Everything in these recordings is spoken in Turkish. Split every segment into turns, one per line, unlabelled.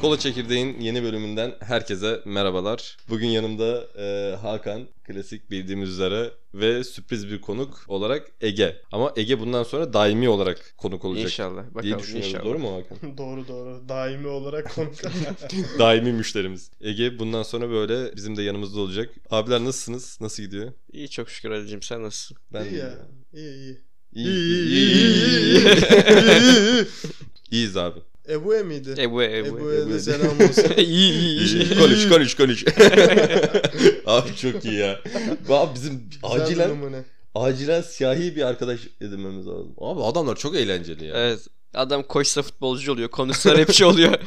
Kola Çekirdeğin yeni bölümünden herkese merhabalar. Bugün yanımda e, Hakan, klasik bildiğimiz üzere ve sürpriz bir konuk olarak Ege. Ama Ege bundan sonra daimi olarak konuk olacak
İnşallah. Bakalım
diye düşünüyoruz.
inşallah.
Doğru mu Hakan?
doğru doğru. Daimi olarak konuk.
daimi müşterimiz. Ege bundan sonra böyle bizim de yanımızda olacak. Abiler nasılsınız? Nasıl gidiyor?
İyi çok şükür Ali'cim sen nasılsın?
de
iyi ya.
iyiyim.
İyi iyi.
İyi,
İyi,
iyi,
iyi,
iyi, iyi, iyi.
iyi, iyi.
İyiyiz abi.
Ebu'ya mıydı?
Ebu Ebu.
Ebu'ya
Ebu'ya
da
değil.
selam olsun.
iyi iyi iyi.
İyi. konuş konuş konuş. abi çok iyi ya. Abi bizim
Güzel bir
acilen
numune.
acilen siyahi bir arkadaş edinmemiz lazım. Abi adamlar çok eğlenceli ya.
Evet. Adam koçsa futbolcu oluyor. Konuşsa rapçi oluyor.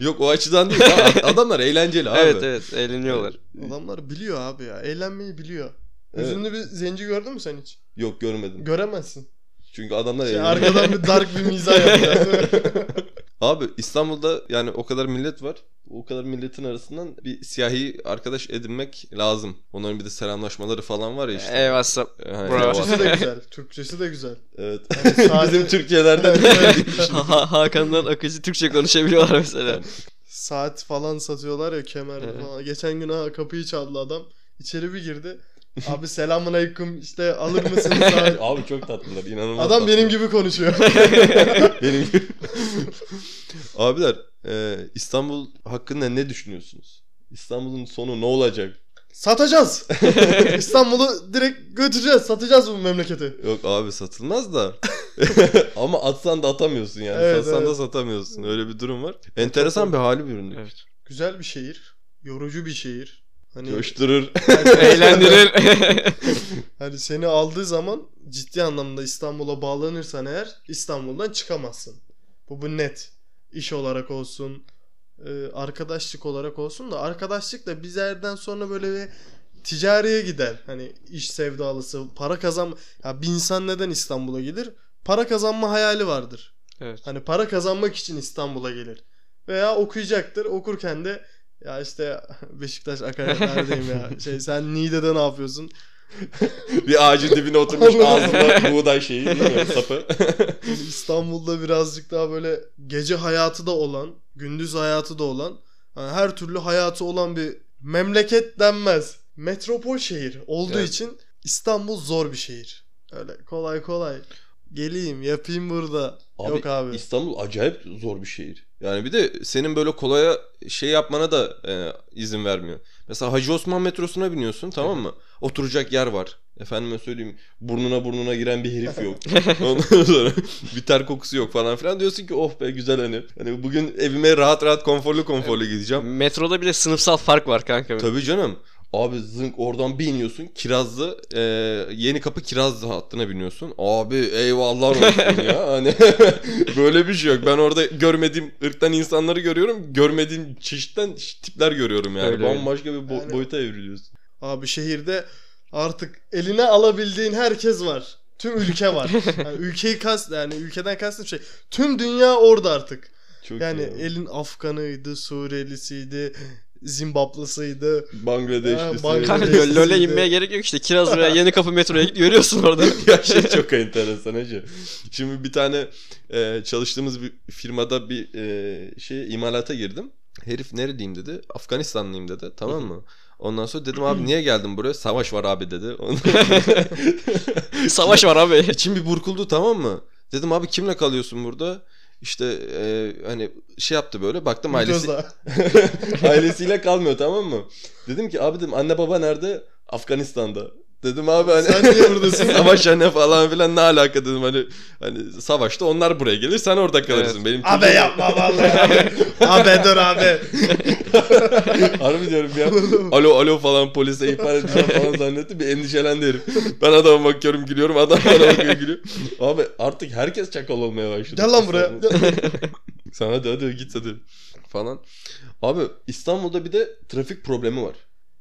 Yok o açıdan değil. ya. Ad- Adamlar eğlenceli abi.
evet evet eğleniyorlar.
Adamlar biliyor abi ya. Eğlenmeyi biliyor.
Evet.
Üzümlü bir zenci gördün mü sen hiç?
Yok görmedim.
Göremezsin.
Çünkü adamlar
Şey,
eğlenceli.
arkadan bir dark bir mizah yapıyor.
Abi İstanbul'da yani o kadar millet var. O kadar milletin arasından bir siyahi arkadaş edinmek lazım. Onların bir de selamlaşmaları falan var ya işte.
Ey WhatsApp.
Yani
Bravo.
Türkçesi de güzel. Türkçesi de güzel. Hani
Evet.
saati-
Bizim Türkçelerde
Ha- ha- Hakan'dan akıcı Türkçe konuşabiliyorlar mesela.
Saat falan satıyorlar ya kemer
Evet.
falan. Geçen gün ha kapıyı çaldı adam. İçeri bir girdi. Abi selamun aleyküm işte alır mısınız saat?
Abi çok tatlılar inanılmaz
Adam benim
tatlılar.
gibi konuşuyor.
benim gibi. Abiler e, İstanbul hakkında ne düşünüyorsunuz? İstanbul'un sonu ne olacak?
Satacağız. İstanbul'u direkt götüreceğiz. Satacağız bu memleketi.
Yok abi satılmaz da. Ama atsan da atamıyorsun yani.
Evet,
Satsan da
evet.
satamıyorsun. Öyle bir durum var. Enteresan bir hali büründük.
Evet.
Güzel bir şehir. Yorucu bir şehir. Hani
Coşturur.
Eğlendirir.
hani seni aldığı zaman ciddi anlamda İstanbul'a bağlanırsan eğer İstanbul'dan çıkamazsın. Bu bu net. İş olarak olsun, e, arkadaşlık olarak olsun da arkadaşlık da biz yerden sonra böyle bir ticariye gider. Hani iş sevdalısı, para kazan ya bir insan neden İstanbul'a gelir? Para kazanma hayali vardır.
evet.
Hani para kazanmak için İstanbul'a gelir. Veya okuyacaktır. Okurken de ya işte Beşiktaş akaryaklardayım ya. Şey sen Niğde'de ne yapıyorsun?
bir ağacın dibine oturmuş
Anladım.
ağzında buğday şeyi değil mi? Sapı.
Yani İstanbul'da birazcık daha böyle gece hayatı da olan, gündüz hayatı da olan, hani her türlü hayatı olan bir memleket denmez. Metropol şehir olduğu
Evet.
için İstanbul zor bir şehir. Öyle kolay kolay geleyim yapayım burada.
Abi,
Yok abi.
İstanbul acayip zor bir şehir. Yani bir de senin böyle kolaya şey yapmana da e, izin vermiyor. Mesela Hacı Osman metrosuna biniyorsun tamam mı? Oturacak yer var. Efendime söyleyeyim burnuna burnuna giren bir herif yok. Ondan sonra bir ter kokusu yok falan filan. Diyorsun ki oh be güzel hani. Hani bugün evime rahat rahat konforlu konforlu gideceğim.
Metroda bile sınıfsal fark var kanka.
Tabii canım. Abi zınk oradan bir iniyorsun. Kirazlı e, yeni kapı Kirazlı hattına biniyorsun. Abi eyvallah olsun ya. Hani böyle bir şey yok. Ben orada görmediğim ırktan insanları görüyorum. Görmediğim çeşitten tipler görüyorum yani.
Öyle, öyle.
Bambaşka bir bo-
Aynen.
boyuta evriliyorsun.
Abi şehirde artık eline alabildiğin herkes var. Tüm ülke var. Yani ülkeyi kast yani ülkeden kastım şey tüm dünya orada artık.
Çok
Yani
iyi.
elin Afganıydı, Suriyelisiydi, Zimbaplısıydı.
Bangladeşlisi.
e- Ha, Bangladeş-
Kanka lö- LoL'e inmeye gerek yok işte. Kiraz veya yeni kapı metroya git görüyorsun orada.
ya şey çok enteresan hacı. Şimdi bir tane e, çalıştığımız bir firmada bir e, şey imalata girdim. Herif nereliyim dedi. Afganistanlıyım dedi. Tamam mı? Ondan sonra dedim abi niye geldin buraya? Savaş var abi dedi. Ondan sonra-
Savaş var abi.
İçim bir burkuldu tamam mı? Dedim abi kimle kalıyorsun burada? İşte e, hani şey yaptı böyle baktım ailesi
Gözde.
ailesiyle kalmıyor tamam mı? Dedim ki abi dedim anne baba nerede? Afganistan'da. Dedim abi hani
Sen niye buradasın?
savaş anne falan filan ne alaka dedim hani hani savaşta onlar buraya gelir sen orada kalırsın. Benim
Abi
çocuğum-
yapma vallahi abi. abi dur abi.
Harbi diyorum ya. Alo alo falan polise ihbar edeceğim falan zannetti. Bir endişelendi herif. Ben adama bakıyorum gülüyorum. Adam bana bakıyor gülüyor. Abi artık herkes çakal olmaya başladı.
Gel lan buraya.
Sana hadi hadi git hadi falan. Abi İstanbul'da bir de trafik problemi var.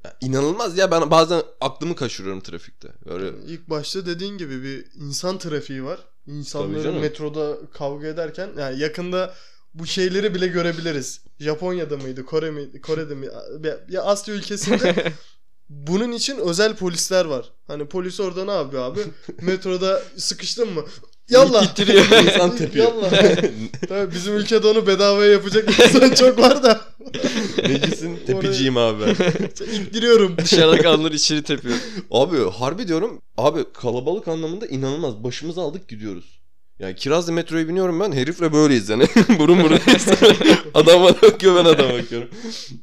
Ya, inanılmaz ya ben bazen aklımı kaçırıyorum trafikte. Böyle
İlk başta dediğin gibi bir insan trafiği var.
Tabii
İnsanların
canım.
metroda kavga ederken yani yakında bu şeyleri bile görebiliriz. Japonya'da mıydı, Kore mi, Kore'de mi? Bir- Ya Asya ülkesinde bunun için özel polisler var. Hani polis orada ne yapıyor abi? Metroda sıkıştın mı? Yallah.
İttiriyor.
İnsan tepiyor.
Yallah. Tabii bizim ülkede onu bedavaya yapacak insan çok var da.
Meclisin tepiciyim abi ben.
İttiriyorum.
Dışarıda kalanları içeri tepiyor.
Abi harbi diyorum. Abi kalabalık anlamında inanılmaz. Başımızı aldık gidiyoruz. Yani Kirazlı metroya biniyorum ben. Herifle böyleyiz yani. burun burunayız. adam bana bakıyor ben adama bakıyorum.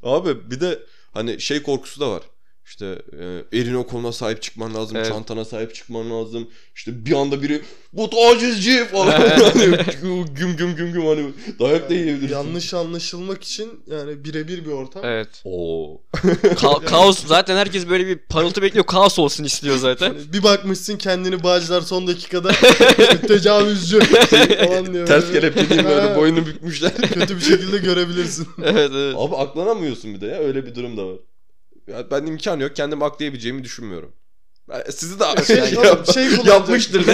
Abi bir de hani şey korkusu da var. İşte e, elin o koluna sahip çıkman lazım.
Evet.
Çantana sahip çıkman lazım. İşte bir anda biri bu tacizci falan. hani, güm güm güm güm hani dayak da yiyebilirsin.
Yanlış anlaşılmak için yani birebir bir ortam.
Evet.
Oo.
Ka- kaos. Zaten herkes böyle bir parıltı bekliyor. Kaos olsun istiyor zaten.
Yani Hani bir bakmışsın kendini bağcılar son dakikada tecavüzcü falan diyor.
Ters kelepçeliyim böyle
Ha.
boynunu bükmüşler.
Kötü bir şekilde görebilirsin.
Evet evet.
Abi aklanamıyorsun bir de ya öyle bir durum da var. Ya ben imkan yok kendim aklayabileceğimi düşünmüyorum. Ben- sizi de
Şey,
yani
oğlum, şey kullanacak.
yapmıştır.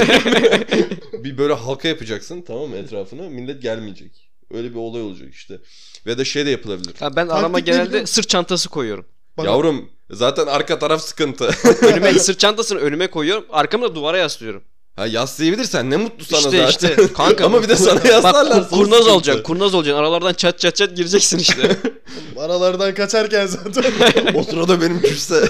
bir böyle halka yapacaksın tamam mı etrafını millet gelmeyecek. Öyle bir olay olacak işte. Ve de şey de yapılabilir.
Ya ben arama
Taktik ne biliyor
genelde
musun?
sırt çantası koyuyorum.
Bak-
Yavrum zaten arka taraf sıkıntı.
Önüme sırt çantasını önüme koyuyorum. Arkamı da duvara yaslıyorum.
ha yaslayabilirsen ne mutlu sana
işte
zaten.
işte kanka.
Ama bir de sana yaslarlar.
Bak kur- kurnaz olacak. Kurnaz olacaksın. Aralardan çat çat çat gireceksin işte.
Aralardan kaçarken zaten.
o sırada benim küsse.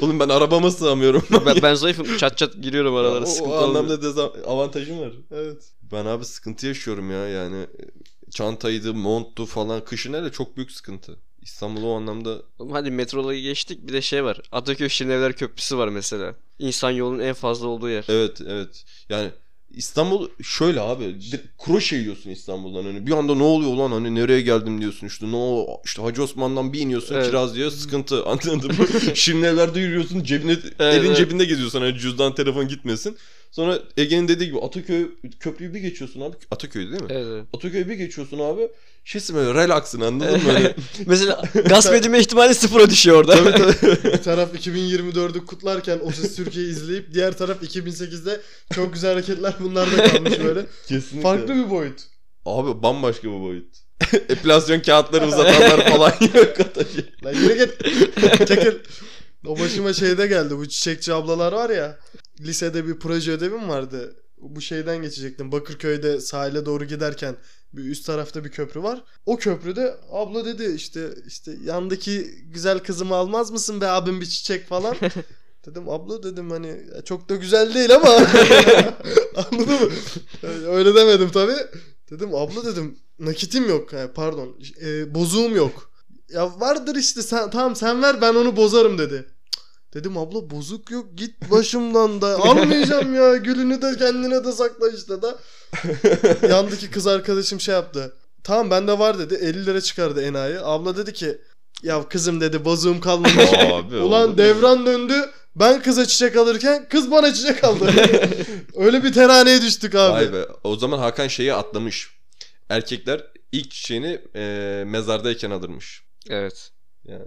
Oğlum ben arabama sığamıyorum.
ben, ben zayıfım. Çat çat giriyorum
o,
aralara. Sıkıntı
o
olmuyor.
anlamda dezavant- avantajım var.
evet.
Ben abi sıkıntı yaşıyorum ya yani e, çantaydı, monttu falan kışın hele çok büyük sıkıntı. İstanbul o anlamda
Oğlum Hadi metroları geçtik. Bir de şey var. Ataköy Şirinevler Köprüsü var mesela. İnsan yolunun en fazla olduğu yer.
evet evet yani İstanbul şöyle abi direkt kroşe yiyorsun İstanbul'dan hani bir anda ne oluyor lan hani nereye geldim diyorsun işte ne o işte Hacı Osman'dan bir iniyorsun
Evet.
kiraz diyor sıkıntı anladın mı? Şirinevler'de yürüyorsun cebine elin
evet.
cebinde geziyorsun hani cüzdan telefon gitmesin. Sonra Ege'nin dediği gibi Ataköy köprüyü bir geçiyorsun abi Ataköy değil mi?
Evet, evet.
Ataköy'ü bir geçiyorsun abi şeysin böyle relaxın anladın mı? Hani
Mesela gasp edilme ihtimali sıfıra düşüyor orada.
Bir taraf 2024'ü kutlarken O Ses Türkiye'yi izleyip diğer taraf 2008'de çok güzel hareketler bunlar da kalmış böyle.
Kesinlikle.
Farklı bir boyut.
Abi bambaşka bir boyut. Epilasyon kağıtları uzatanlar falan yok.
Lan yürü git. Çekil. O başıma şeyde geldi. Bu çiçekçi ablalar var ya. Lisede bir proje ödevim vardı. Bu şeyden geçecektim. Bakırköy'de sahile doğru giderken bir üst tarafta bir köprü var. O köprüde abla dedi işte işte yandaki güzel kızımı almaz mısın be abim bir çiçek falan. Dedim abla dedim hani "ya çok da güzel değil ama anladın mı? Yani Öyle demedim tabi. Dedim abla dedim nakitim yok Yani pardon e, bozuğum yok. Ya vardır işte sen, tamam sen ver ben onu bozarım dedi. Cık, Dedim abla bozuk yok git başımdan da almayacağım ya gülünü de kendine de sakla işte da. Yandaki kız arkadaşım şey yaptı. Tamam bende var dedi 50 lira çıkardı enayi. Abla dedi ki ya kızım dedi bozuğum kalmamış.
Abi,
Ulan devran döndü. Ben kıza çiçek alırken kız bana çiçek aldı. Öyle bir teraneye düştük abi.
Vay be. O zaman Hakan şeyi atlamış. Erkekler ilk çiçeğini e, mezardayken alırmış.
Evet.
Ya.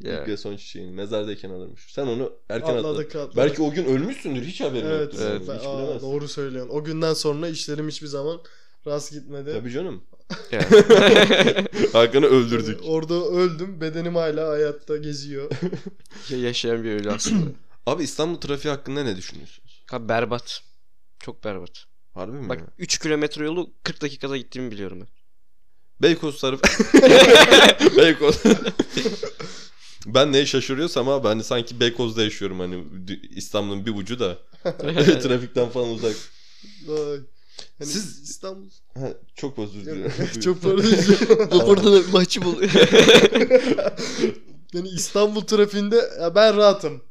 Ya.
İlk ve son çiçeğini mezardayken alırmış. Sen onu erken atladın.
Atladık atladık.
Belki o gün ölmüşsündür hiç haberin
evet,
yoktur.
Evet,
Hiç
ben- aa,
bilemezsin.
doğru söylüyorsun. O günden sonra işlerim hiçbir zaman rast gitmedi.
Tabii canım.
Ya.
Hakan'ı öldürdük.
Ee, Orada öldüm. Bedenim hala hayatta geziyor.
Ya- Yaşayan bir ölü aslında.
Abi İstanbul trafiği hakkında ne düşünüyorsunuz?
Abi berbat. Çok berbat.
Harbi mi?
Bak
ya?
3 kilometre yolu 40 dakikada gittiğimi biliyorum ben.
Beykoz tarafı. Beykoz. ben neye şaşırıyorsam abi hani sanki Beykoz'da yaşıyorum hani dü- İstanbul'un bir ucu da trafikten falan uzak.
Vay. Hani
Siz-
İstanbul
Ha, çok özür dilerim.
çok pardon.
Orada da maçı bul.
Yani İstanbul trafiğinde ya ben rahatım.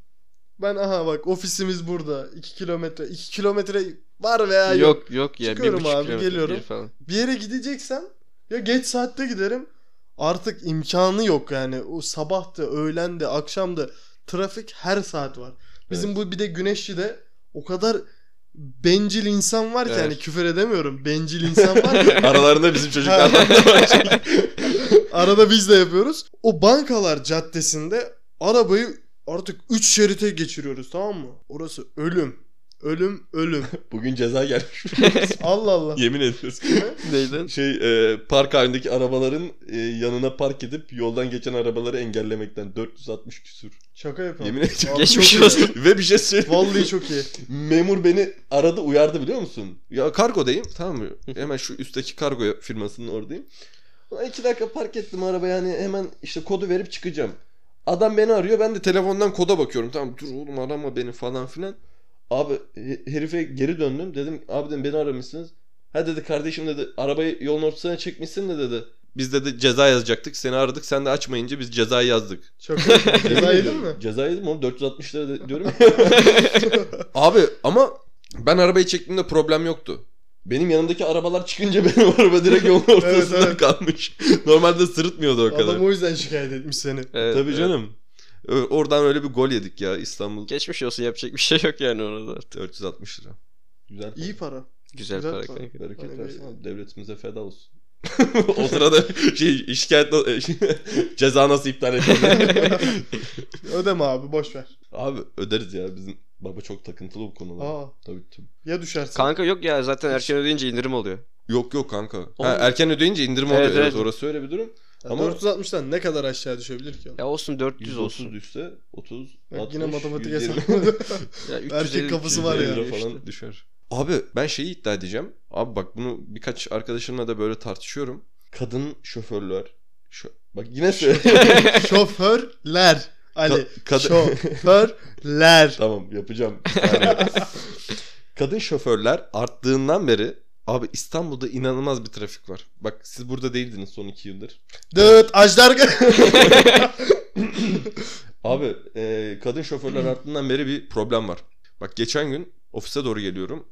Ben aha bak ofisimiz burada. 2 kilometre. 2 kilometre var veya yok.
yok yok ya.
Çıkıyorum
bir buçuk
abi,
kilometre
geliyorum.
bir Falan.
bir yere gideceksem ya geç saatte giderim. Artık imkanı yok yani. O sabahtı, öğlendi, akşamdı. Trafik her saat var. Bizim bu bir de Güneşli'de o kadar bencil insan var ki
Evet.
yani küfür edemiyorum. Bencil insan var ki
Aralarında bizim çocuklardan da var.
arada biz de yapıyoruz. O bankalar caddesinde arabayı artık 3 şerite geçiriyoruz tamam mı? Orası ölüm. Ölüm ölüm.
Bugün ceza gelmiş.
Allah Allah.
Yemin ediyoruz.
Neyden?
Şey e, park halindeki arabaların e, yanına park edip yoldan geçen arabaları engellemekten 460 küsür.
Şaka yapalım.
Yemin ediyorum.
Vallahi
Geçmiş
çok iyi.
olsun.
Ve bir şey söyleyeyim.
Vallahi çok iyi.
Memur beni aradı uyardı biliyor musun? Ya kargodayım tamam mı? Hemen şu üstteki kargo firmasının oradayım. Ulan iki dakika park ettim araba yani hemen işte kodu verip çıkacağım. Adam beni arıyor ben de telefondan koda bakıyorum. Tamam dur oğlum arama beni falan filan. Abi he- herife geri döndüm. Dedim abi dedim beni aramışsınız. Ha dedi kardeşim dedi arabayı yolun ortasına çekmişsin de dedi. Biz dedi ceza yazacaktık seni aradık sen de açmayınca biz cezayı yazdık.
Şaka yapalım. Ceza yedin mi?
Ceza yedim oğlum 460 lira de- diyorum. Abi ama ben arabayı çektiğimde problem yoktu. Benim yanımdaki arabalar çıkınca benim araba direkt yolun ortasında
evet.
kalmış. Normalde sırıtmıyordu o kadar.
Adam o yüzden şikayet etmiş seni.
Evet,
Tabii
evet.
canım. Ö- Oradan öyle bir gol yedik ya İstanbul
Geçmiş olsun yapacak bir şey yok yani orada.
460 lira. Güzel.
İyi para.
Güzel,
Güzel
para.
para.
kanka.
Bereket
Hani
versin
bir-
abi, devletimize feda olsun. o sırada şey, şikayet ceza nasıl iptal edildi?
Ödeme abi boş ver.
abi öderiz ya bizim baba çok takıntılı bu konularda.
Aa,
Tabii tabii.
ya düşersin.
Kanka yok ya zaten erken ödeyince indirim oluyor.
Yok yok kanka. Ha,
Oğlum.
erken ödeyince indirim
Evet,
oluyor. Evet,
evet.
orası öyle bir durum.
Ya
ama-
460'tan ne kadar aşağı düşebilir ki?
Ya olsun 400 olsun.
130 düşse 30
Bak
60,
yine matematik
120,
hesapladı.
Ya 350,
Erkek kafası var
350
ya.
euro
euro
falan
işte.
düşer. Abi ben şeyi iddia edeceğim. Abi bak bunu birkaç arkadaşımla da böyle tartışıyorum. Kadın şoförler. Şö- bak yine söyle.
Şoförler. Ali.
Ka- kadın-
Şoförler.
tamam yapacağım. Bir saniye. Kadın şoförler arttığından beri abi İstanbul'da inanılmaz bir trafik var. Bak siz burada değildiniz son iki yıldır.
Dıt. Ajdar.
Abi e, kadın şoförler arttığından beri bir problem var. Bak geçen gün ofise doğru geliyorum.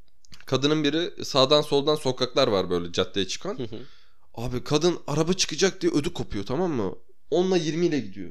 Kadının biri sağdan soldan sokaklar var böyle caddeye çıkan.
Hı hı.
Abi kadın araba çıkacak diye ödü kopuyor tamam mı? 10'la 20 ile gidiyor.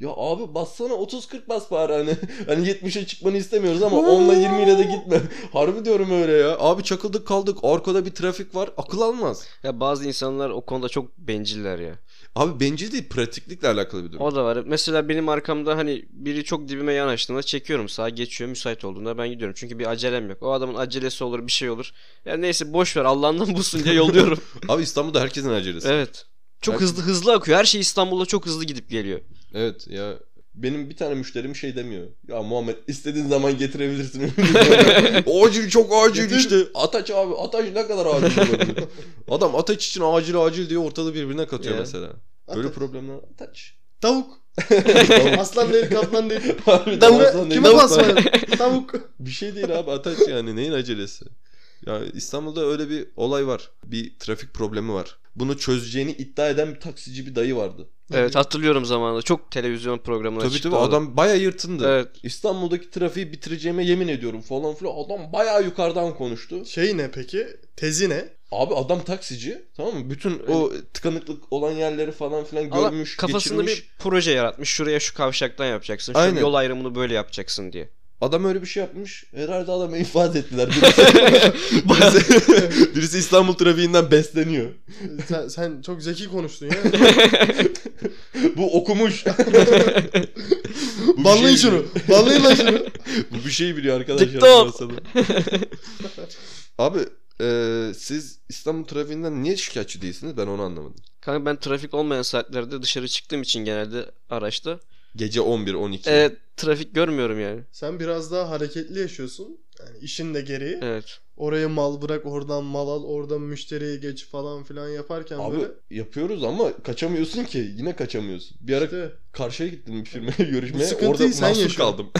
Ya abi bassana 30-40 bas bari hani. Hani 70'e çıkmanı istemiyoruz ama 10'la 20 ile de gitme. Harbi diyorum öyle ya. Abi çakıldık kaldık. Arkada bir trafik var. Akıl almaz.
Ya bazı insanlar o konuda çok benciller ya.
Abi bencil değil pratiklikle alakalı bir durum.
O da var. Mesela benim arkamda hani biri çok dibime yanaştığında çekiyorum sağa geçiyor müsait olduğunda ben gidiyorum. Çünkü bir acelem yok. O adamın acelesi olur bir şey olur. Ya neyse boş ver Allah'ından bulsun diye yolluyorum.
Abi İstanbul'da herkesin acelesi.
evet. Çok
Her-
hızlı hızlı akıyor. Her şey İstanbul'da çok hızlı gidip geliyor.
Evet ya benim bir tane müşterim şey demiyor. Ya Muhammed istediğin zaman getirebilirsin. acil çok acil
Getir.
işte. Ataç abi Ataç ne kadar acil. böyle. Adam Ataç için acil acil diye ortalığı birbirine katıyor
Ya.
mesela. Böyle problemler. Ataç.
Tavuk. Aslan değil kaplan değil.
Abi,
Kime, kime
Tavuk.
basmadın? Tavuk.
Bir şey değil abi Ataç yani neyin acelesi? Ya İstanbul'da öyle bir olay var. Bir trafik problemi var. Bunu çözeceğini iddia eden bir taksici bir dayı vardı.
Evet hatırlıyorum zamanında. Çok televizyon programına
Tabii
çıktı.
tabii
o da.
adam baya yırtındı.
Evet.
İstanbul'daki trafiği bitireceğime yemin ediyorum falan filan. Adam bayağı yukarıdan konuştu.
Şey ne peki? Tezi ne?
Abi adam taksici tamam mı? Bütün o tıkanıklık olan yerleri falan filan
Allah
görmüş,
kafasında
geçirmiş.
bir proje yaratmış. Şuraya şu kavşaktan yapacaksın. Şu
Aynen.
yol ayrımını böyle yapacaksın diye.
Adam öyle bir şey yapmış. Herhalde adamı infaz ettiler. Birisi, birisi, birisi İstanbul trafiğinden besleniyor.
Sen, sen çok zeki konuştun ya.
Bu okumuş. Bu bir
Ballayın
şey
şunu.
biliyor.
Ballayın lan şunu.
Bu bir şey biliyor arkadaşlar.
TikTok.
piyasada. Abi e, siz İstanbul trafiğinden niye şikayetçi değilsiniz? Ben onu anlamadım.
Kanka ben trafik olmayan saatlerde dışarı çıktığım için genelde araçta.
Gece 11-12.
E, trafik görmüyorum yani.
Sen biraz daha hareketli yaşıyorsun. Yani işin de gereği.
Evet.
Oraya mal bırak, oradan mal al, oradan müşteriye geç falan filan yaparken
Abi
böyle.
yapıyoruz ama kaçamıyorsun ki. Yine kaçamıyorsun. Bir ara
İşte
karşıya gittim bir firmaya görüşmeye.
sıkıntıyı
Orada
sen
mahsur
yaşıyorsun.
kaldım.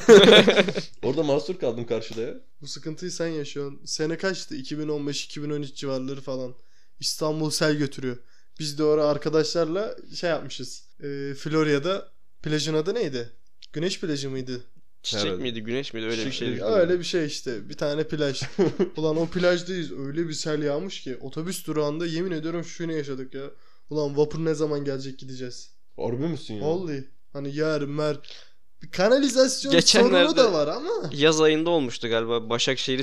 Orada mahsur kaldım karşıda ya.
bu sıkıntıyı sen yaşıyorsun. Sene kaçtı? 2015-2013 civarları falan. İstanbul sel götürüyor. Biz de oraya arkadaşlarla şey yapmışız. Ee, Florya'da plajın adı neydi? Güneş plajı mıydı?
Çiçek
Herhalde.
miydi, güneş miydi öyle bir
Çiçek
şey.
miydi?
Öyle bir şey işte. Bir tane plaj. Ulan o plajdayız. Öyle bir sel yağmış ki. Otobüs durağında yemin ediyorum şunu yaşadık ya. Ulan vapur ne zaman gelecek gideceğiz.
Harbi misin ya?
Vallahi. Hani yer mer. Bir kanalizasyon
Geçenlerde-
sorunu da var ama.
Yaz ayında olmuştu galiba. Başakşehir'i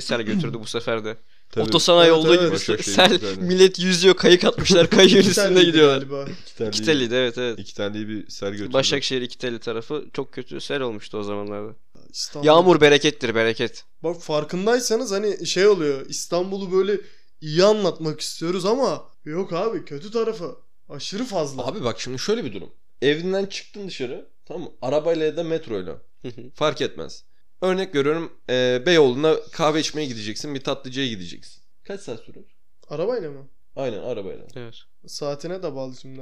sel götürdü bu sefer de.
Tabii.
Otosanayi
Evet,
olduğu
evet.
gibi
Başakşehir
sel
güzeldi.
millet yüzüyor kayık atmışlar kayığın üstünde
İtalya'ydı
gidiyorlar.
galiba.
İki terliği-
İkiteliydi evet evet.
İki terliği bir sel götürdü.
Başakşehir İkiteli tarafı çok kötü sel olmuştu o zamanlarda.
İstanbul.
Yağmur berekettir bereket.
Bak farkındaysanız hani şey oluyor İstanbul'u böyle iyi anlatmak istiyoruz ama yok abi kötü tarafı aşırı fazla.
Abi bak şimdi şöyle bir durum. Evinden çıktın dışarı tamam mı? Arabayla ya da metroyla. Fark etmez. Örnek görüyorum e, Beyoğlu'na kahve içmeye gideceksin. Bir tatlıcıya gideceksin. Kaç saat sürer?
Arabayla mı?
Aynen arabayla.
evet.
Saatine de bağlı şimdi.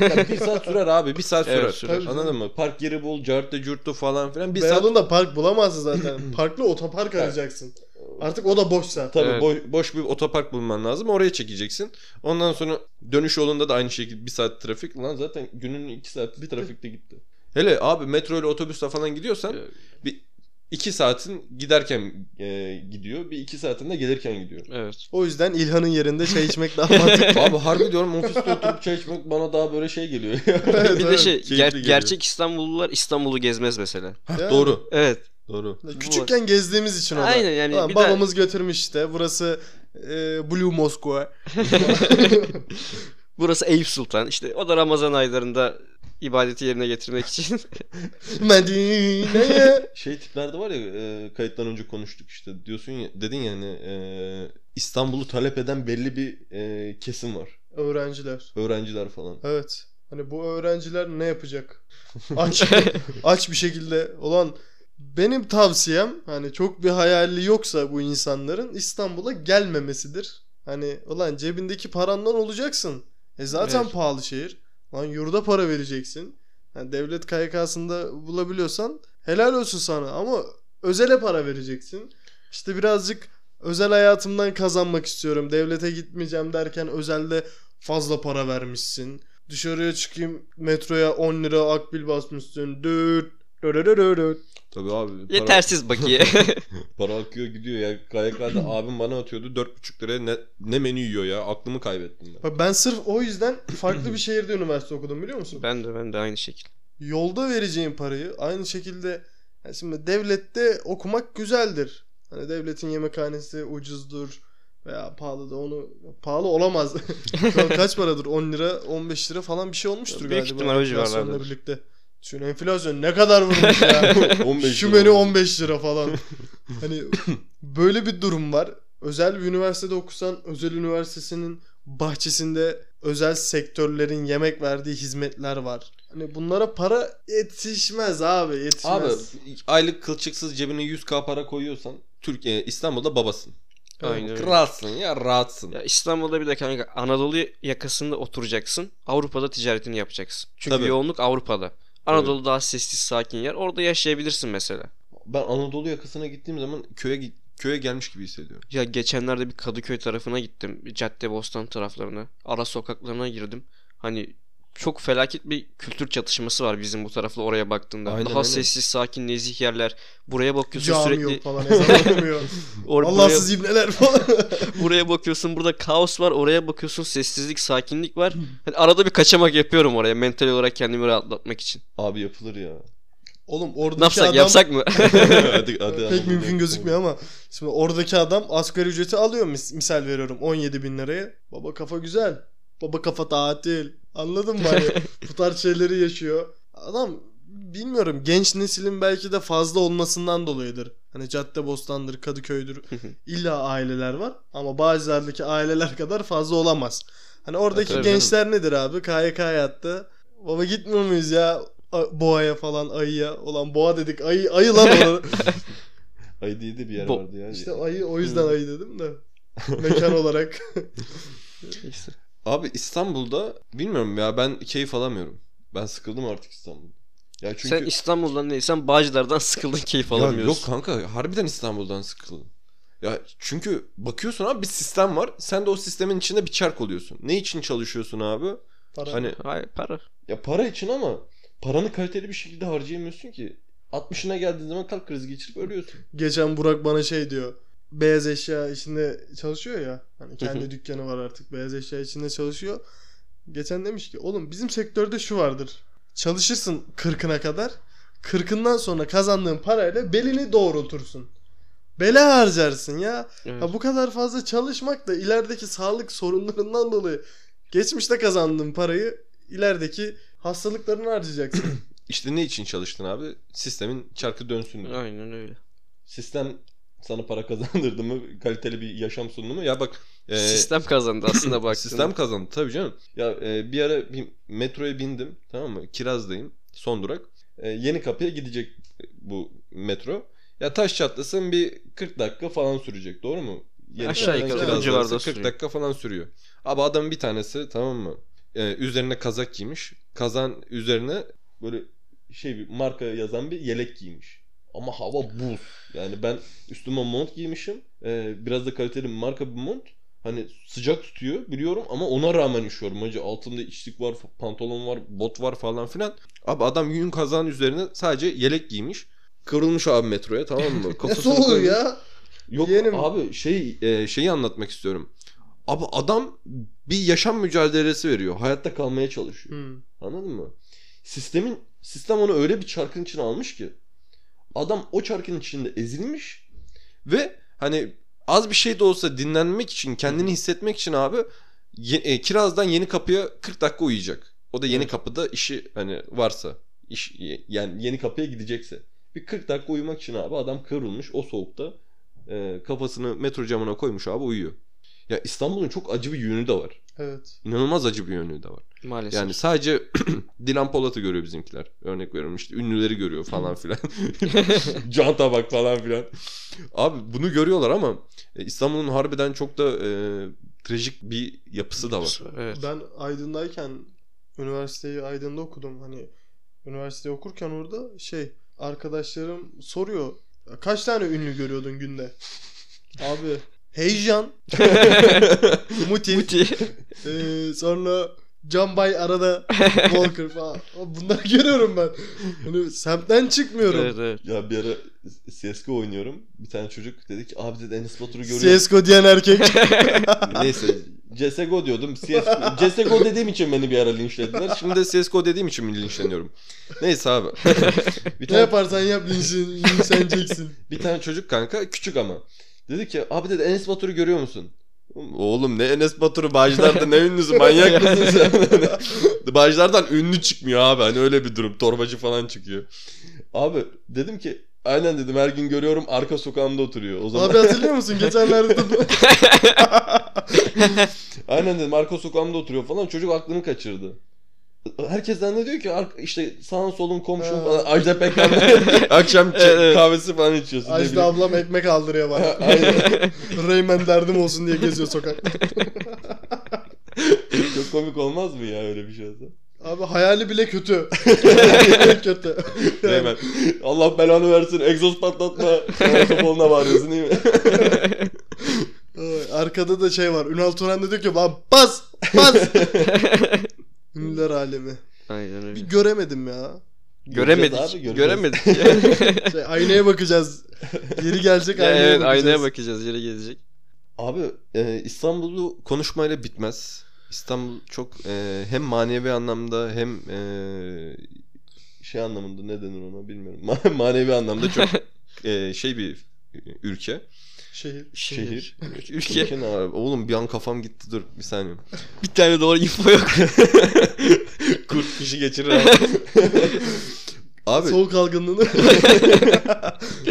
Yani bir saat sürer abi. Bir saat
Evet,
sürer.
sürer.
Tabii
Anladın mı? Park yeri bul, cartı curtu falan filan. Bir saat...
Beyoğlu'nda park bulamazsın zaten. Parklı otopark
Evet.
arayacaksın. Artık o da boş zaten.
Tabii
Evet.
boy- boş bir otopark bulman lazım. Oraya çekeceksin. Ondan sonra dönüş yolunda da aynı şekilde bir saat trafik. Lan zaten günün iki saat
Bitti.
trafikte gitti. Hele abi metro ile otobüsle falan gidiyorsan
Evet.
bir iki saatin giderken e, gidiyor. Bir iki saatin de gelirken gidiyor.
Evet.
O yüzden İlhan'ın yerinde çay içmek daha mantıklı.
abi harbi diyorum ofiste oturup çay içmek bana daha böyle şey geliyor.
Evet,
bir de
evet.
şey
keyifli
ger-
geliyor.
gerçek İstanbullular İstanbul'u gezmez mesela.
Yani.
Doğru.
Evet.
Doğru.
Küçükken gezdiğimiz için o da.
Aynen yani
Ulan
Hani bir daha
babamız götürmüş işte. Burası e, Blue Moskova.
burası Eyüp Sultan. İşte o da Ramazan aylarında ibadeti yerine getirmek için.
Medine'ye.
Şey tiplerde var ya e, kayıttan önce konuştuk işte diyorsun ya dedin yani e, İstanbul'u talep eden belli bir e, kesim var.
Öğrenciler.
Öğrenciler falan.
Evet. Hani bu öğrenciler ne yapacak? Aç, aç bir şekilde olan benim tavsiyem hani çok bir hayali yoksa bu insanların İstanbul'a gelmemesidir. Hani ulan cebindeki parandan olacaksın. E zaten
Evet.
pahalı şehir. Lan yurda para vereceksin. Yani devlet KYK'sında bulabiliyorsan helal olsun sana ama özele para vereceksin. İşte birazcık özel hayatımdan kazanmak istiyorum. Devlete gitmeyeceğim derken özelde fazla para vermişsin. Dışarıya çıkayım metroya 10 lira akbil basmışsın. Düt. döröröröröt.
Tabii abi. para-
Yetersiz bakiye.
Para akıyor gidiyor ya. KYK'da abim bana atıyordu 4,5 liraya ne, ne menü yiyor ya. Aklımı kaybettim ben.
Bak Ben sırf o yüzden farklı bir şehirde üniversite okudum biliyor musun?
ben de ben de aynı şekilde.
Yolda vereceğin parayı aynı şekilde yani şimdi devlette okumak güzeldir. Hani devletin yemekhanesi ucuzdur veya pahalı da onu pahalı olamaz. Şu an Kaç paradır? 10 lira, 15 lira falan bir şey olmuştur
Büyük
galiba.
ihtimal o civarlardadır.
enflasyonla birlikte. Şu enflasyon ne kadar vurmuş ya.
15
Şu
lira.
menü 15 lira falan. hani böyle bir durum var. Özel bir üniversitede okusan özel üniversitesinin bahçesinde özel sektörlerin yemek verdiği hizmetler var. Hani bunlara para yetişmez abi yetişmez.
Abi aylık kılçıksız cebine 100k para koyuyorsan Türkiye İstanbul'da babasın.
Aynen öyle.
Kralsın ya rahatsın.
Ya İstanbul'da bir de kanka Anadolu yakasında oturacaksın. Avrupa'da ticaretini yapacaksın. Çünkü
Tabii.
yoğunluk Avrupa'da. Anadolu daha sessiz, sakin yer. Orada yaşayabilirsin mesela.
Ben Anadolu yakasına gittiğim zaman köye gi- köye gelmiş gibi hissediyorum.
Ya geçenlerde bir Kadıköy tarafına gittim. Caddebostan taraflarına. Ara sokaklarına girdim. Hani çok felaket bir kültür çatışması var bizim bu tarafla oraya baktığında.
Aynen,
Daha
aynen.
sessiz, sakin, nezih yerler. Buraya bakıyorsun
Cami
sürekli.
yok falan ezan okumuyor.
Or- buraya,
Allahsız ibneler falan.
buraya bakıyorsun burada kaos var. Oraya bakıyorsun sessizlik, sakinlik
Hmm.
var. Hani arada bir kaçamak yapıyorum oraya mental olarak kendimi rahatlatmak için.
Abi yapılır ya.
Oğlum
Ne
oradaki
yapsak?
adam
Yapsak mı?
hadi, hadi
pek
Anadolu
mümkün
yakasına.
gözükmüyor ama şimdi oradaki adam asgari ücreti alıyor mis- misal veriyorum 17 bin liraya. Baba kafa güzel. Baba kafa tatil. Anladın mı? Hani bu tarz şeyleri yaşıyor. Adam bilmiyorum genç neslin belki de fazla olmasından dolayıdır. Hani cadde bostandır, Kadıköy'dür. İlla aileler var ama bazılardaki aileler kadar fazla olamaz. Hani oradaki
tabii
gençler nedir abi? KYK yattı. Baba gitmiyor muyuz ya? A- Boğa'ya falan ayıya. Ulan boğa dedik ayı, ayı lan oralar.
Ayı diye de bir yer
Bu-
vardı ya.
İşte ayı o yüzden ayı dedim de. Mekan olarak.
İşte.
Abi İstanbul'da bilmiyorum ya ben keyif alamıyorum. Ben sıkıldım artık İstanbul'da. Ya çünkü
Sen İstanbul'dan değilsen Bağcılar'dan sıkıldın keyif
Ya
alamıyorsun.
yok kanka harbiden İstanbul'dan sıkıldım. Ya çünkü bakıyorsun abi bir sistem var. Sen de o sistemin içinde bir çark oluyorsun. Ne için çalışıyorsun abi?
Para.
Hani
Hayır para.
ya para için ama paranı kaliteli bir şekilde harcayamıyorsun ki. 60'ına geldiğin zaman kalp krizi geçirip ölüyorsun.
Geçen Burak bana şey diyor. Beyaz eşya içinde çalışıyor ya. Hani kendi dükkanı var artık. Beyaz eşya içinde çalışıyor. Geçen demiş ki oğlum bizim sektörde şu vardır. Çalışırsın kırkına kadar. Kırkından sonra kazandığın parayla belini doğrultursun. Bele harcarsın ya.
Evet.
Ha bu kadar fazla çalışmak da ilerideki sağlık sorunlarından dolayı geçmişte kazandığın parayı ilerideki hastalıklarını harcayacaksın.
İşte ne için çalıştın abi? Sistemin çarkı dönsün diye.
Aynen öyle.
Sistem sana para kazandırdı mı? Kaliteli bir yaşam sundu mu? Ya bak e,
sistem kazandı aslında baktığında.
sistem kazandı tabii canım. Ya e, bir ara bir metroya bindim tamam mı? Kiraz'dayım. Son durak. E, yeni kapıya gidecek bu metro. Ya taş çatlasın bir 40 dakika falan sürecek. Doğru mu? Yeni
Aşağı
kapıdan
yukarı o
Kiraz'da
civarda
arası 40
sürüyor.
dakika falan sürüyor. Abi adamın bir tanesi tamam mı? E, üzerine kazak giymiş. Kazan üzerine böyle şey bir marka yazan bir yelek giymiş. Ama hava buz. Yani ben üstüme mont giymişim. E, biraz da kaliteli bir marka bir mont. Hani sıcak tutuyor biliyorum ama ona rağmen üşüyorum hacı. Altımda içlik var, pantolon var, bot var falan filan. Abi adam yün kazağın üzerine sadece yelek giymiş. Kıvrılmış abi metroya tamam mı?
Nasıl olur
koymuş.
ya?
Yok
Yeğenim.
abi şey e, şeyi anlatmak istiyorum. Abi adam bir yaşam mücadelesi veriyor. Hayatta kalmaya çalışıyor.
Hmm.
Anladın mı? Sistemin sistem onu öyle bir çarkın içine almış ki adam o çarkın içinde ezilmiş ve hani az bir şey de olsa dinlenmek için, kendini hissetmek için abi ye- e, kirazdan yeni kapıya 40 dakika uyuyacak. O da yeni kapıda işi hani varsa, iş ye- yani yeni kapıya gidecekse. Bir 40 dakika uyumak için abi adam kırılmış o soğukta e, kafasını metro camına koymuş abi uyuyor. Ya İstanbul'un çok acı bir yönü de var.
Evet.
İnanılmaz acı bir yönü de var.
Maalesef.
Yani sadece Dilan Polat'ı görüyor bizimkiler. Örnek veriyorum işte ünlüleri görüyor falan filan. Can tabak falan filan. Abi bunu görüyorlar ama e, İstanbul'un harbiden çok da e, trajik bir yapısı da var.
Evet.
Ben Aydın'dayken üniversiteyi Aydın'da okudum. Hani üniversite okurken orada şey arkadaşlarım soruyor kaç tane ünlü görüyordun günde? Abi heyecan, muti,
Muti.
eee, Ee, sonra Canbay arada Walker falan. Bunları görüyorum ben. Hani semtten çıkmıyorum.
evet evet.
ya bir ara CSGO oynuyorum. Bir tane çocuk dedi ki abi dedi Enes Batur'u
CSGO diyen erkek.
Neyse CSGO diyordum. CSGO, CSGO dediğim için beni bir ara linçlediler. Şimdi de CSGO dediğim için mi linçleniyorum? Neyse abi. bir
ne
tane
yaparsan yap linçin- linçleneceksin.
Bir tane çocuk kanka küçük ama. Dedi ki abi dedi Enes Batur'u görüyor musun? Oğlum ne Enes Batur'u Bağcılar'da ne ünlüsü manyak mısın sen? Bağcılar'dan ünlü çıkmıyor abi hani öyle bir durum torbacı falan çıkıyor. Abi dedim ki aynen dedim her gün görüyorum arka sokağımda oturuyor o zaman.
Abi hatırlıyor musun? Geçenlerde de-
aynen dedim arka sokağımda oturuyor falan çocuk aklını kaçırdı. Herkes zannediyor ki ar- işte sağın solun komşun
Ha.
falan Ajda Pekkan akşam çay-
Evet, evet.
kahvesi falan içiyorsun. ne
Ajda
bileyim.
ablam ekmek aldırıyor bana.
Aynen.
Rayman derdim olsun diye geziyor sokakta.
Çok komik olmaz mı ya öyle bir şey olsa?
Abi hayali bile kötü. Hayali bile kötü. Yani,
Hemen. Allah belanı versin. Egzoz patlatma. Telefonuna bağırıyorsun değil mi?
ay, arkada da şey var. Ünal Turan da diyor ki lan bas bas. Ünlüler alemi.
Aynen öyle.
Bir göremedim ya.
Göremedik.
Göreceğiz abi, göreceğiz.
Göremedik.
Şey, aynaya bakacağız. Geri gelecek
Ya
aynaya
evet
bakacağız.
aynaya bakacağız yere gelecek.
Abi e, İstanbul'u konuşmayla bitmez. İstanbul çok e, hem manevi anlamda hem e, şey anlamında ne denir ona bilmiyorum. Ma- manevi anlamda çok e, şey bir ülke.
Şehir.
Şehir.
Ülke.
Ülke ne abi? Oğlum bir an kafam gitti dur bir saniye.
Bir tane doğru info yok.
Kurt kişi geçirir abi. abi
Soğuk algınlığını.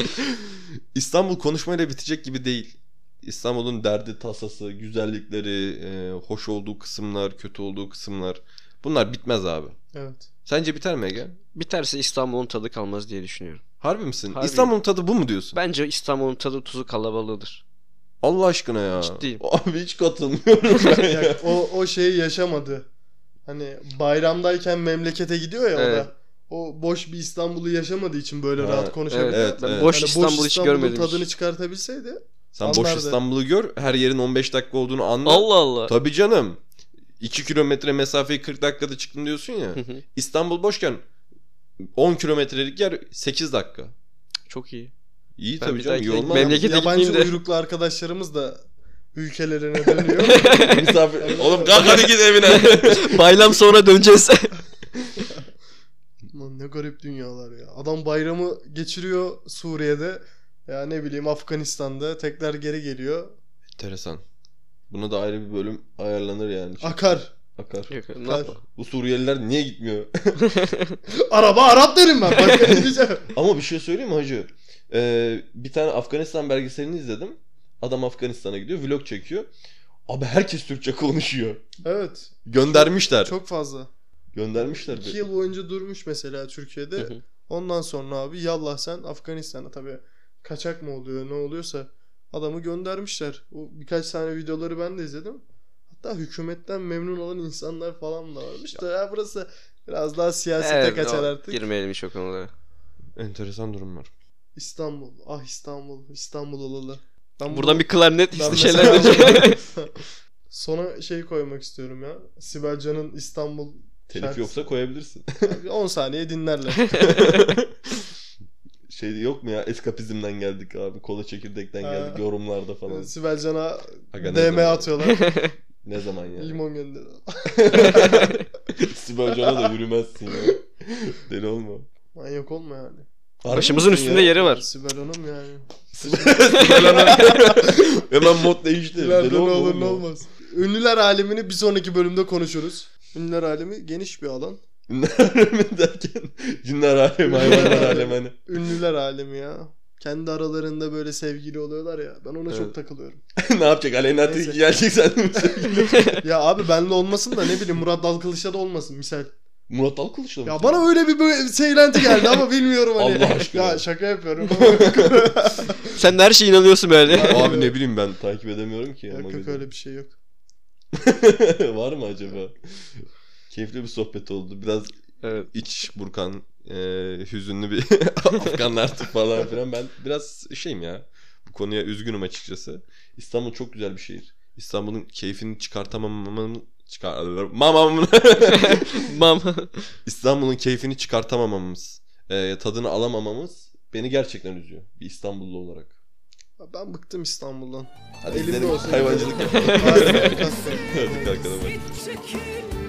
İstanbul konuşmayla bitecek gibi değil. İstanbul'un derdi, tasası, güzellikleri, e, hoş olduğu kısımlar, kötü olduğu kısımlar. Bunlar bitmez abi.
evet.
Sence biter mi Ege?
Biterse İstanbul'un tadı kalmaz diye düşünüyorum.
Harbi misin?
Harbi.
İstanbul'un tadı bu mu diyorsun?
Bence İstanbul'un tadı tuzu kalabalığıdır.
Allah aşkına ya.
Ciddiyim.
Abi hiç katılmıyorum ben ya.
Ya, o, o şeyi yaşamadı. Hani bayramdayken memlekete gidiyor ya
Evet.
o da. O boş bir İstanbul'u yaşamadığı için böyle
Ha,
rahat konuşabiliyor.
Evet,
ben
evet.
boş
Yani
İstanbul hiç
İstanbul'un
görmedim. hiç.
tadını çıkartabilseydi.
Sen
Onlar
boş
da-
İstanbul'u gör, her yerin 15 dakika olduğunu anla.
Allah Allah.
Tabii canım. 2 kilometre mesafeyi 40 dakikada çıktın diyorsun ya.
Hı hı.
İstanbul boşken 10 kilometrelik yer 8 dakika.
Çok iyi.
İyi
Ben
tabii
bir
canım.
dahaki
iyi olmaz mı?
memleket- Memlekete
Yabancı
gittiğimde-
uyruklu arkadaşlarımız da ülkelerine dönüyor.
Misafir- Oğlum kalk hadi git evine.
Bayram sonra döneceğiz.
Lan ne garip dünyalar ya. Adam bayramı geçiriyor Suriye'de. Ya ne bileyim Afganistan'da tekrar geri geliyor.
Enteresan. Buna da ayrı bir bölüm ayarlanır yani.
Akar.
akar.
Yok, ne
Kar-
yapalım?
Bu Suriyeliler niye gitmiyor?
Araba Arap derim ben. Başka ne diyeceğim?
Ama bir şey söyleyeyim mi hacı? Ee, bir tane Afganistan belgeselini izledim. Adam Afganistan'a gidiyor, vlog çekiyor. Abi herkes Türkçe konuşuyor.
Evet.
Göndermişler.
Çok fazla.
Göndermişler.
İki
bir-
yıl boyunca durmuş mesela Türkiye'de.
Hı hı.
Ondan sonra abi yallah sen Afganistan'a tabii kaçak mı oluyor ne oluyorsa adamı göndermişler. O birkaç tane videoları ben de izledim. Hatta hükümetten memnun olan insanlar falan da varmış da ya burası biraz daha siyasete
Evet,
kaçar
o-
artık.
Girmeyelim hiç o konulara.
Enteresan durumlar.
İstanbul. Ah İstanbul. İstanbul olalı. Ben
Buradan bir klarnet
Ben
hisli
mesela-
şeyler de.
Sona şey koymak istiyorum ya. Sibel Can'ın İstanbul
Telif
şarkısı.
yoksa koyabilirsin.
Abi 10 saniye dinlerler.
şey yok mu ya? Eskapizmden geldik abi. Kola çekirdekten
Ha.
geldik yorumlarda falan.
Sibel Can'a
Aga, ne
DM
zaman?
atıyorlar.
Ne zaman yani?
Limon gönder.
Sibel Can'a da yürümezsin ya. Deli olma.
Manyak olma yani.
Harbi
Başımızın
misin
üstünde
ya?
yeri var.
Sibel Hanım yani.
Sibel Hanım. Hemen mod değişti.
İleride
Deli
ne
olma
olur
oğlum
ne
ya.
olmaz. Ünlüler alemini bir sonraki bölümde konuşuruz. Ünlüler alemi geniş bir alan.
Cinler alemi derken cinler alemi hayvanlar alemi hani.
Ünlüler alemi ya. Kendi aralarında böyle sevgili oluyorlar ya. Ben ona
Evet.
çok takılıyorum.
ne yapacak Aleyna
Neyse.
Tilki gelecek sandın mı?
ya abi benle olmasın da ne bileyim Murat Dalkılıç'ta da olmasın misal.
Murat Alkılıç'la mı?
Ya bana öyle bir böyle seylenti geldi ama bilmiyorum hani.
Allah aşkına.
Ya şaka yapıyorum.
Sen de her şeye inanıyorsun böyle.
Ya abi ne bileyim ben takip edemiyorum ki. ama
yok yok
güzel.
öyle bir şey yok.
Var mı acaba? Keyifli bir sohbet oldu. Biraz
Evet.
iç burkan, e, hüzünlü bir Afgan artık falan filan. Ben biraz şeyim ya. Bu konuya üzgünüm açıkçası. İstanbul çok güzel bir şehir. İstanbul'un keyfini çıkartamamamın çıkar mamamın
Mam.
İstanbul'un keyfini çıkartamamamız, e, tadını alamamamız beni gerçekten üzüyor bir İstanbullu olarak.
Ben bıktım İstanbul'dan.
Hadi
Elimde
gidelim
olsun.
hayvancılık yapalım.
Harika, harika.
Hadi kalkalım.
Çekilme